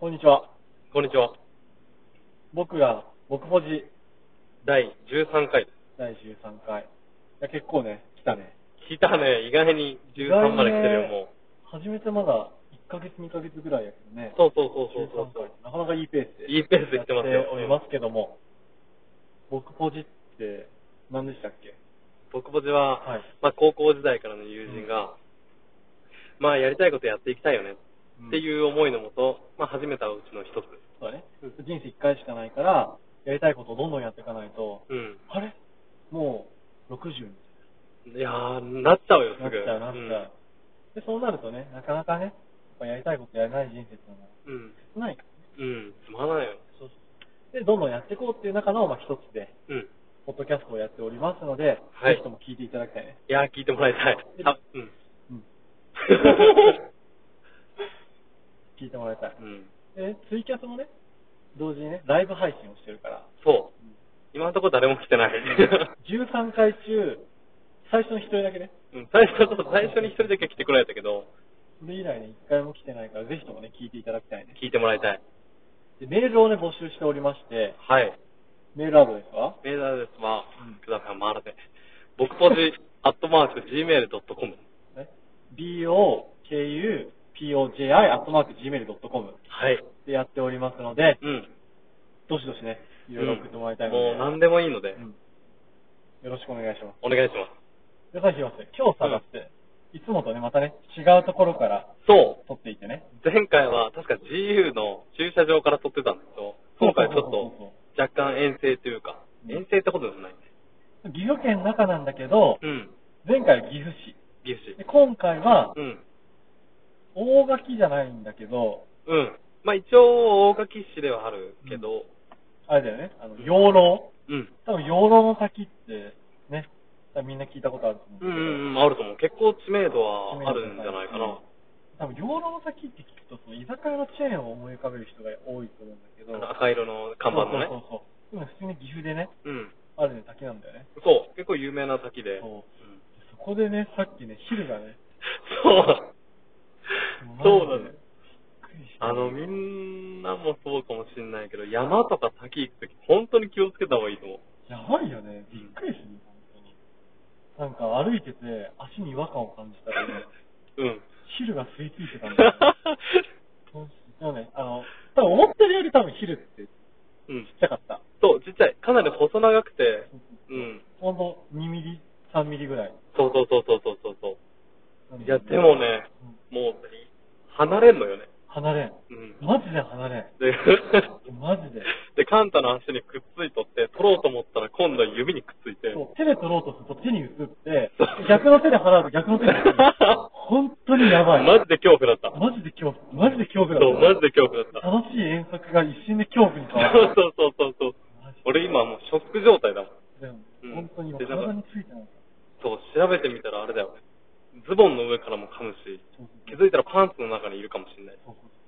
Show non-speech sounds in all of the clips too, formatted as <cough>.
こんにちは。こんにちは。僕が、僕保持第13回。第13回。いや、結構ね、来たね。来たね。意外に13まで来てるよ、も始めてまだ1ヶ月、2ヶ月ぐらいやけどねう。。そうそうそうそうそう。 13回なかなかいいペースで。いいペースで来てますよやっておりますけども、僕ポジって何でしたっけ僕ぼちは、はいまあ高校時代からの友人が、まあやりたいことやっていきたいよね、ってうん。いう思いのもと、まあ始めたうちの一つ。そうだね。人生1回しかないから、やりたいことをどんどんやっていかないと、うん。あれもう60にいやー、なっちゃうよ、すぐ。なっちゃうなっちゃう、で、そうなるとね、なかなかね、やっぱやりたいことやれない人生っていうのはうん。うん。少ないからうん。つまらないよ。そうそうで、どんどんやっていこうっていう中の、まあ、一つで、うん。ポッドキャストをやっておりますので、はいぜひとも聞いていただきたいね。いやー、聞いてもらいたい。あ、 <laughs> うん。うん。聞いてもらいたい。うん。で、ツイキャスもね、同時にね、ライブ配信をしてるから、そう。今のところ誰も来てない。 13回中、最初の一人だけね、うん最初と最初に一人だけ来てくれたけど、それ以来ね、一回も来てないから、ぜひともね、聞いていただきたいね。聞いてもらいたい。で、メールをね、募集しておりまして、はい。メールアドレスはメールアドレスはうん、ください、回らせ。僕ポジ、アットマーク、gmail.com。ね、bokupoji.gmail.com はい。でやっておりますので、うん。どしどしね、いろいろ送ってもらいたいので、もう何でもいいのでう、んよろしくお願いしま。お願いしますで、さっき言いましたよ今日探して、いつもとね、またね、違うところからす。そ撮っていってね。う。前回は確か GU の駐車場から撮ってたんですけど、今回ちょっそうそうそうと若干遠征というか、うん遠征ってことでもないね。そう岐阜県の中なんだけど、うん。前回は岐阜市。岐阜で、市。今回は、うん。大垣じゃないんだけど、うん。まあ一応、大垣市ではあるけど、あれだよね、あの、養老。うん。多分養老の滝って、ね、多分みんな聞いたことあると思うんだけうんど。うんうん、あると思う。結構知名度はあるんじゃないかな。多分、養老の先って聞くと、その居酒屋のチェーンを思い浮かべる人が多いと思うんだけどあ、の赤色の看板のね。そうそうそう。でも普通に岐阜でね、うん。あるね、滝なんだよね。そう、結構有名な滝で。そううんそこでね、さっきね、昼がね、そう。そうなのびっくりしたあの、みんなもそうかもしんないけど、山とか滝行くとき、本当に気をつけた方がいいと思う。やばいよね、びっくりするよ、本当に。なんか歩いてて、足に違和感を感じたら、 <laughs> ね、うん。昼が吸い付いてたん <laughs> だよ、ね。でもね、あの、多分思ってるより多分昼ってちっうん。ちゃかった。そう、ちっちゃい。かなり細長くて、うん。ほんと2ミリ、3ミリぐらい。そうそうそうそうそうそうそう。いや、でもね、うんもう、離れんのよね。離れん。うん。マジで離れん。 <laughs> で、マジで。で、カンタの足にくっついとって、取ろうと思ったら今度は指にくっついて。そう手で取ろうとすると手に移ってそう、逆の手で払うと逆の手に移 <laughs> る。本当にやばい。マジで恐怖だった。マジで恐怖。マジで恐怖だそう、マジで。で恐怖だった。楽しい遠足が一瞬で恐怖に変わる。そうそうそうそうそう。マジで <laughs> 俺今もうショック状態だもん。でもうん本当に今でだから体についてない。そう、調べてみたらあれだよね。ズボンの上からも噛むし、そう気そうづいたらパンツの中にいるかもしれない。そうそうそう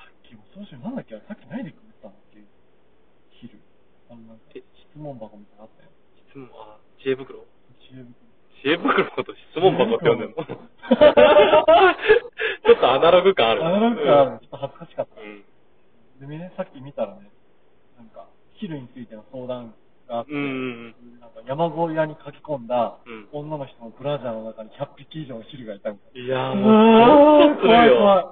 さっきもその瞬なんだっけあれさっき何で食ったんだっけ昼。あのなんかえ質問箱みたいなのあったよ。質問、あ、知恵袋知恵袋知恵袋のこと質問箱って呼んで <laughs> るのち知恵ょっとアナログ感ある。あのなんか、ちょっと恥ずかしかったう。ん。でね、さっき見たらね、なんか、昼についての相談があって、うんうんなんか山小屋に書き込んだうん女の人のブラジャーの中に100匹以上の昼がいたみたいうん。いやな。ーもう、ゾッとするよ。怖い。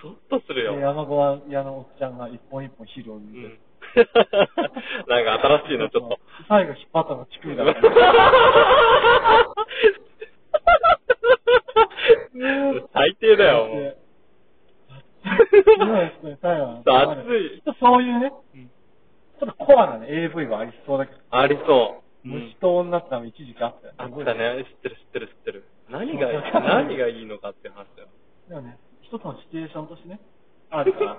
ゾッとすでるよ。山小屋のおっちゃんが一本一本昼をう抜いてん <laughs> る。。なんか新しいのちょっと。最後引っ張ったのが乳首だった。 <laughs> 最低だよ、もう。今ですね、最後熱いちょっとそういうね、うんちょっとコアなね、AV はありそうだけど、ありそう。虫と女ってのも一時期あったよね。あったね。知ってる、知ってる、知ってる。何が、そう何がいいのかって話だよ。でもね、一つのシチュエーションとしてね、ある <laughs> から、ちょ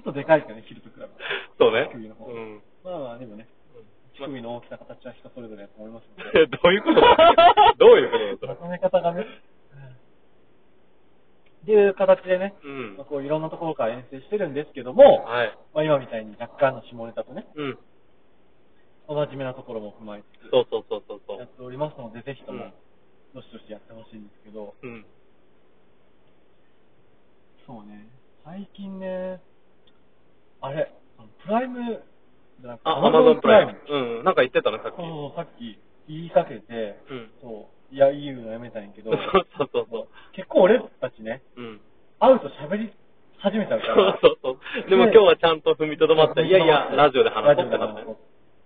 っとでかいですよね、昼と比べて。そうね。乳首の方うん。 <laughs> まあまあ、でもね、乳首まの大きさ、形は人それぞれだと思いますので、どういうこと <laughs> どういうことま <laughs> とめ方がね、っていう形でね、うんまあ、。こういろんなところから遠征してるんですけども、はい。まあ、今みたいに若干の下ネタとね、うん。おなじみなところも踏まえてそうそうそうそうそやっう。ておりますので、ぜひとうもん、どしどしやってほしいんですけど、うん。そうね、最近ね、あれ、あのプライムじゃなくて、あ、アマゾンプライム Amazon。うん、なんか言ってたね、さっき。うそう、さっき言いかけて、ん。そう、いや、言うのやめたんやけ <laughs> そどう、そうそうそ結構俺たちね、う。うん。会うと喋り始めたそかうら。そうそう。でも今日はちゃんと踏みとどまって、いやいや、ラジオで話そうってなって。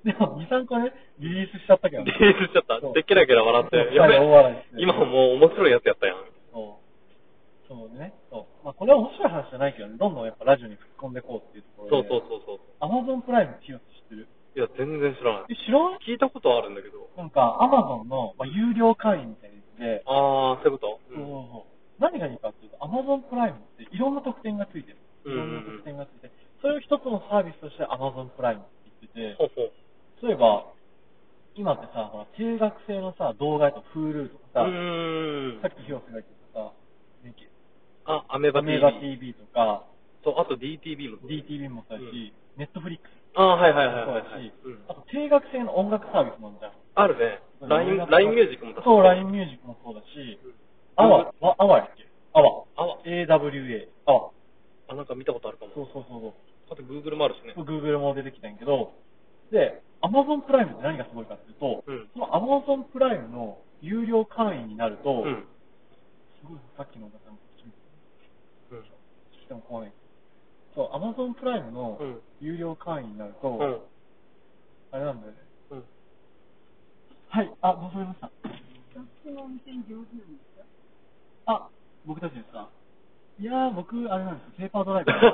でも、2、3個ね、リリースしちゃったけどリ <laughs> ね。リースしちゃった。で、ケラケラ笑って。やべ大笑いして今もう面白いやつやったやん。そう。そうね。そう。まあ、これは面白い話じゃないけどね、どんどんやっぱラジオに吹っ込んでいこうっていうとこそろうで。そうう。そうそう。アマゾンプライムっていうの知ってるいや、全然知らないえ、。知らん聞いたことはあるんだけど。なんか、アマゾンの、まあ、有料会員みたいなやつで、あー、そういうことそうそうそう。何がいいかっていうと、アマゾンプライムっていろんな特典がついてる。いうんろんな特典がついて、それを一つのサービスとしてアマゾンプライムって言ってて、ほうほう。そういえば、今ってさ、ほら、中学生のさ、動画とか Hulu とうかさ、ーんさ。っき広瀬が言ってたさ、なんだっけあ、アメバアメガ TV。 TV とか、と、あと DTV も。 DTV もそうだし、ネットフリックスあー、はいはいもそうはいはいだはいし。うん、あと定額制の音楽サービスもあるじゃん。あるね。LINE、LINE ミュージックも確かそう、LINE ミュージックもそうだし、うんアワ、わアワやっけアワ。アワ AWA。アワ。あ、なんか見たことあるかそも。うそうそうあと Google もあるしねそ。う。Google も出てきたんやけど、で、Amazon プライムって何がすごいかっていうと、うんその Amazon プライムの有料会員になると、うん。すごいさっきの音楽も聞ういん。ても怖い。そう、Amazon プライムのうん有料会員になると、うん。あれなんだよね。うん。はい、あ、わかりました。あ、僕たちですかいやー、僕、あれなんですよペーパードライバー <laughs> な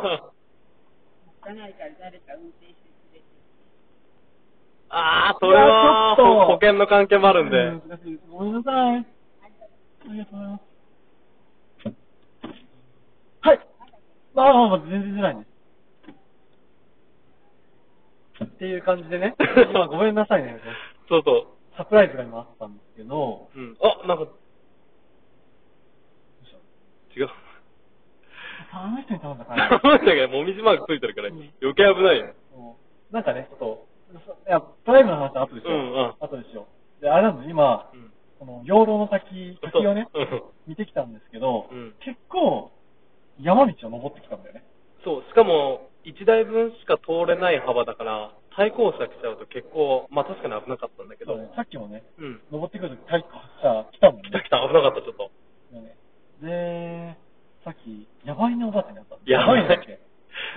んで <laughs> あー、それは、いやちょっと保険の関係もあるんすよ。難で。しいです。ごめんなさい。ありがとうございます。はい。まあまあまあ、全然出ないんです。っていう感じで <laughs> ね、今ごめんなさいね。そうそサプライズが今あったんですけど、う。うん。あ、なんか、違う。あの人に頼んだ <laughs> から、なんだけど、もみじマークついてるから、余計危ないよ。そうなんかね、ちょっと、そいや、プライムの話は後でしょ。うんうん後でしょ。で、あれなんです、今、うんこの養老の滝、滝をねそううん、見てきたんですけど、うん結構、山道を登ってきたんだよね。そう、しかも、1台分しか通れない幅だから、対向車来ちゃうと結構、まあ確かに危なかったんだけど、そうねさっきもね、うん。登ってくるとき、体育さ、来たもんね <laughs> 来。た来た、危なかった、ちょっと。で、さっき、やばいねおばちゃんに会ったんだやばいやねばいねって。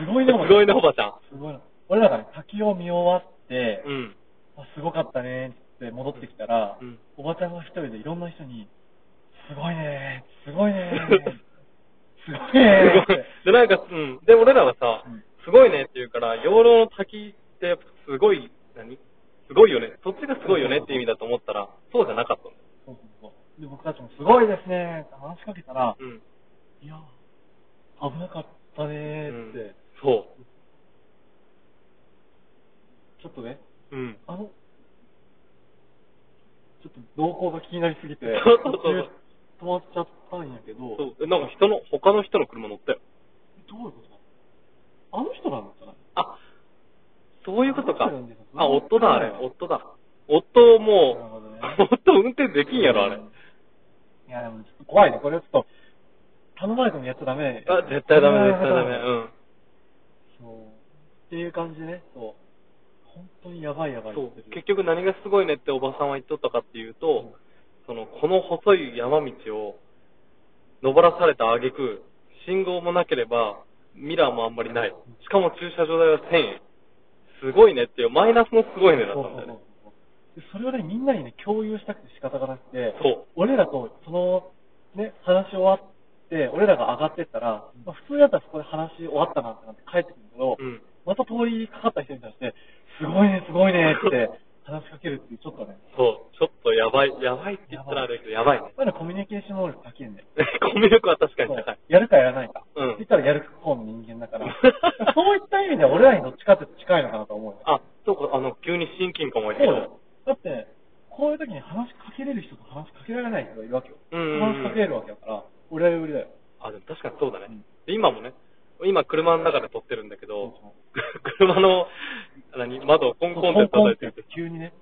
すごいねおばちゃん。すすごごいねおばちゃんいな俺らがね、滝を見終わって、うん。あすごかったねって戻ってきたら、うんおばちゃんが一人でいろんな人に、すごいねすごいね <laughs> すごいねって。で、なんか、うん。で、俺らはさうん、すごいねって言うから、養老の滝ってやっぱすごい、何すごいよね。そっちがすごいよねっていう意味だと思ったら、そうじゃなかったの。そうそうそう。で、僕たちもすごいですねって話しかけたら、うん。いや、危なかったねうんって、そちょっとね、う。うん。あの、ちょっと動向が気になりすぎて、そうそうそう途中止まっちゃったんやけど、どういうそう。えなんか人の、他の人の車乗ったよ。ことあの人なんじゃないあ、そういうことかそうなんですよ。あ、夫だ、あれう。ん夫だ。夫なるもほどねう、夫運転できんやろ、あれう。いや、でもちょっと怖いね。これはちょっと、頼まれてもやっちゃダメ。あ、絶対ダメ、絶対ダメ。うん。そう。っていう感じでね。そう。本当にやばいやばいってそ言うってる。結局何がすごいねっておばさんは言っとったかっていうと、そのこの細い山道を登らされた挙句信号もなければミラーもあんまりないしかも駐車場代は1000円すごいねっていうマイナスのすごいねだったそうんだよねそうそうでそれをね、みんなにね、共有したくて仕方がなくて、そう俺らと、その、ね、話終わって、俺らが上がってったら、まあ、普通だったらそこで話終わったなってなって帰ってくるんだけど、うんまた通りかかった人に対して、すごいね、すごいねって話しかけるっていう、ちょっとね、そうちょっとやばいやばいって言ったらあれだけどやばいねまだコミュニケーション能力高いんだよ。 <laughs> コミュ力は確かにそう高いやるかやらないか。うんって言ったらやる方の人間だから。そういった意味では俺らにどっちかって近いのかなと思うよ。あそうかあの急に親近感そう湧いてきたよ。だって、こういう時に話しかけれる人と話しかけられない人がいるわけよ。うんうんうん話しかけれるわけだから、俺は売りだよ。あ、でも確かにそうだね。うんで今もね、今車の中で撮ってるんだけどそう、 <laughs> 車の、何、窓をコンコンって叩いてコンコンってて、急にね。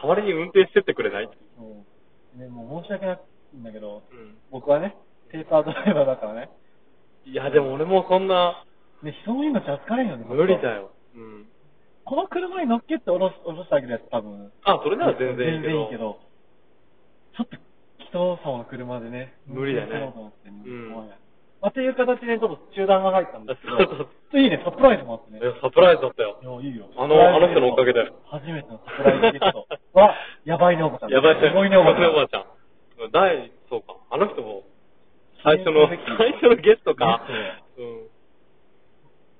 代わりに運転してってくれないそうね、もう申し訳ないんだけど、うん僕はね、ペーパードライバーだからね。いや、でも俺もそんな、ね、人の命預かれんよね。無理だよ。うん。この車に乗っけて降ろす、降ろしてあげるやつ多分。あ、それなら全然いいけど。全ちょっと、人様の車でね。無理だね運転しようと思ってねうんはいまあ、っていう形でちょっと中断が入ったんですけど、 <laughs> そうちそうょっといいね、サプライズもあってね。いやサプライズだったよ。いや、いいよ。あのあの人のおかげだよ初めてのサプライズゲストは、やばいねおばちゃん。やばいね。すごいねおばちゃん。すごいねおばちゃん。第、そうか。あの人も、最初の、最初のゲストか。うん。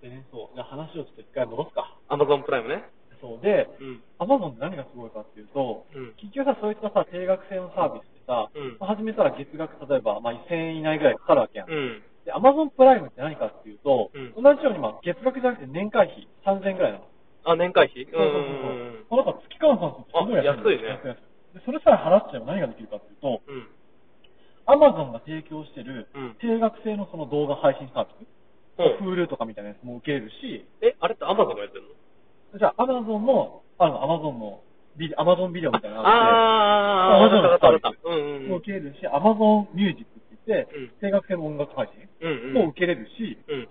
でね、そう。じゃあ話をちょっと一回戻すか。アマゾンプライムね。そうで、うん。アマゾンって何がすごいかっていうと、うん結局さ、そういったさ、定額制のサービスってさ、うんまあ始めたら月額、例えば、まあ、1000円以内ぐらいかかるわけやん。うん。で、アマゾンプライムって何かっていうと、うん同じように、まあ、月額じゃなくて年会費3000円ぐらいなの。あ、年会費うそうそうそうそんう。。この子月間の算数ってすごいあ安いね安いで、それさえ払っちゃえば何ができるかっていうと、うん。アマゾンが提供してるうん定額制のその動画配信サービス、うん。 Hulu とかみたいなやつも受けれるし、え、あれってアマゾンがやってんのじゃあ、アマゾンの、あの、アマゾンのビデ、アマゾンビデオみたいなのがあって、ああー、わかったわかったわかった。うんうんうん。も受けれるし、アマゾンミュージックって言って、うん定額制の音楽配信うんうん。も受けれるし、うん。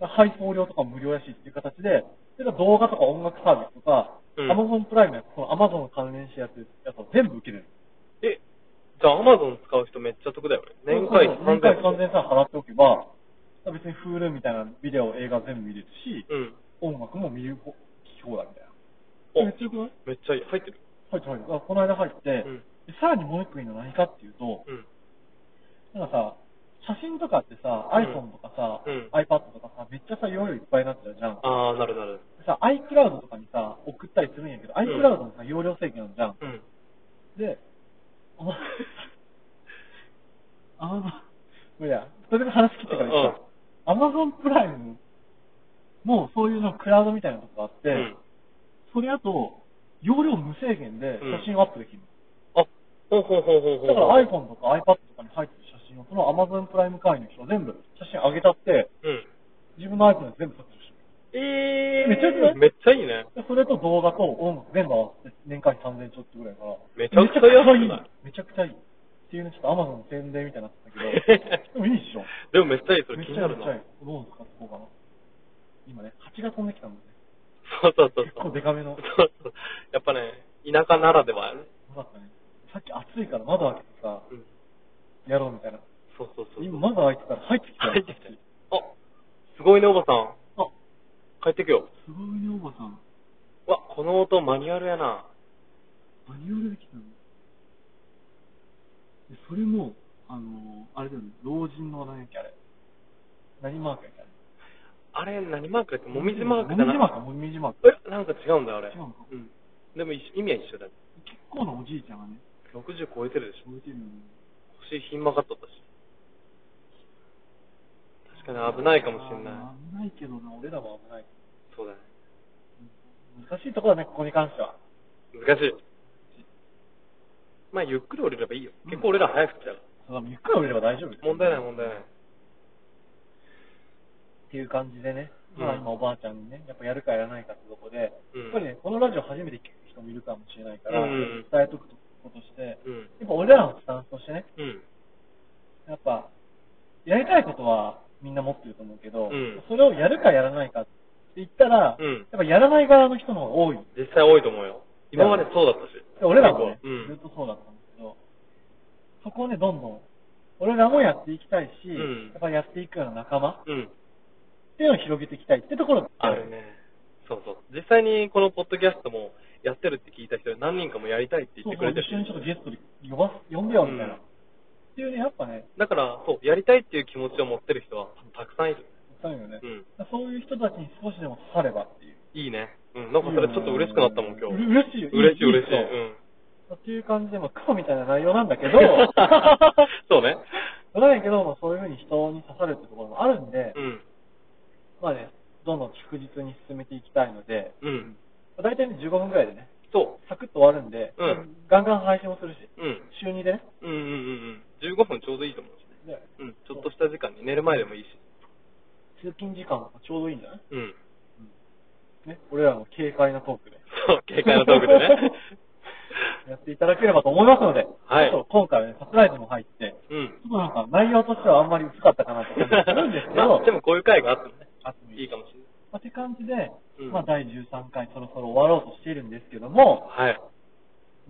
配送料とかも無料やしっていう形で、それから動画とか音楽サービスとか、うんアマゾンプライムやそのアマゾン関連してやつ、やつを全部受けれる。え、じゃあアマゾン使う人めっちゃ得だよね。年会費年会費3000 3000円払っておけば、別に Hulu みたいなビデオ、映画全部見れるし、うん。音楽も見る、聴き放題みたいな。お、めっちゃよくないめっちゃいい。入ってる。入って入って。あこの間入って、うんでさらにもう一個いいのは何かっていうと、うん。なんかさ、写真とかってさ、うん iPhone とかさ、うん iPad とかさ、めっちゃさ、容量いっぱいになっちゃうじゃん。ああ、なるなる。さ、iCloud とかにさ、送ったりするんやけど、うん iCloud もさ、容量制限あるじゃん。うん。で、お前、アマゾン、いや、それで話切ってから言った。アマゾンプライム、もうそういうのクラウドみたいなとこがあって、うんそれあと、容量無制限で写真をアップできる。あ、ほうほうほうほうほう。だから iPhone とか iPad とかに入ってる写真を、その Amazon プライム会員の人全部写真上げちゃって、うん。自分の iPhone で全部撮ってるえー、めっちゃ良くないめっちゃいいね。で、それと動画と音楽全部合わせて年間3000ちょっとぐらいから。めちゃくちゃ安くないめちゃくちゃいい。めちゃくちゃいい。っていうね、ちょっと Amazon の宣伝みたいになってたけど、 <laughs> でもいいっしょ。でもめっちゃいい、それめっ気ちにゃなめるっなちゃい。い。どう使ってこうかな。今ね、蜂が飛んできたんでね。そうそうそう。結構デカめのそうそう。やっぱね、田舎ならではやね。よかったね。さっき暑いから窓開けてさ、うん。やろうみたいな。そうそうそう。今窓開いてたら入ってきたよ。入ってきたよあ、すごいね、おばさん。あ、帰ってくよ。すごいね、おばさん。わ、この音マニュアルやな。マニュアルできたのでそれも、あのー、あれだよね、老人の何やっけ、あれ。何マークやっけ、あれ。あれ、何マークだっけもみじマークじゃないもみじマークかもみじマーク。え、なんか違うんだ、あれ。違うのかうん。でも一緒意味は一緒だよ。結構なおじいちゃんがね、 60超えてるでしょ。置いてるのに。腰ひん曲がっとったし。確かに危ないかもしれあなー危ないけどな、俺らも危ない。い。そうだね。難しいところだね、ここに関しては。難しい。まあ、ゆっくり降りればいいよ。うん結構俺ら早く来たよ。そうゆっくり降りれば大丈夫。問題ない問題ない。っていう感じでね、うんまあ今おばあちゃんにね、やっぱやるかやらないかってとこで、うんやっぱりね、このラジオ初めて聞く人もいるかもしれないから、うん伝えとくこととして、やうん。っぱ俺らのスタンスとしてね、うん。やっぱ、やりたいことはみんな持ってると思うけど、うんそれをやるかやらないかって言ったら、うんやっぱやらない側の人の方が多い。実際多いと思うよ。今までそうだったし。で俺らもね、うずんっとそうだったんですけど、そこをね、どんどん、俺らもやっていきたいし、うんやっぱやっていくような仲間っうん。ていうのを広げていきたいってところだある。ね。そうそう。実際にこのポッドキャストもやってるって聞いた人何人かもやりたいってそ言うってくそう、れ一て緒にちょっとるしゲストで呼ばす呼んでよ、みたいな。っうんていうね、やっぱね、だから、そう、やりたいっていう気持ちを持ってる人はたくさんいる。そういうのね、うんそういう人たちに少しでも刺さればっていう。いいね。うん。なんかそれちょっと嬉しくなったもん、今日。う嬉しいよ嬉しい、いい嬉しい。いいっていう感じで、まあ、クソみたいな内容なんだけうん。 <laughs> ど、そ <laughs> うね。そうなんやけど、まあ、そういうふうに人に刺さるってところもあるんで、うん。まあね、どんどん確実に進めていきたいので、うん。まあ大体ね15分くらいでね、そサクッと終わるんで、うんガンガン配信もするし、う。うん。週2でね、うんうんうんうん。15分ちょうどいいと思うしね。でうん。ちょっとした時間に寝る前でもいいし。通勤時間もちょうどいいんじゃないうん。ね、俺らの軽快なトークで。そう、警戒のトークでね。 <laughs> やっていただければと思いますので、はいちょっと今回はね、サプライズも入って、ちうん。ょっとなんか内容としてはあんまり薄かったかなと思うんですけど、 <laughs> まあ、でもこういう回があってもね、あってもいいい。いかもしれまあ、って感じで、うんまあ、第13回そろそろ終わろうとしているんですけども、ない。はい。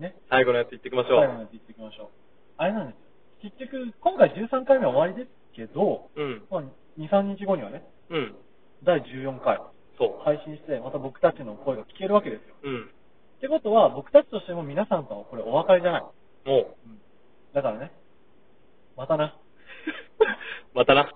ね、最後のやついってきましょ最後まで言っていきましょう。あれなんですよ。結局、今回13回目は終わりですけど、う。うん。まあ、2、3日後にはね、うん。第14回そ配信して、また僕たちの声が聞けるわけですよ。う。うん。ってことは、僕たちとしても皆さんとはこれお別れじゃない。もう。 <laughs> だからね、またな。またな。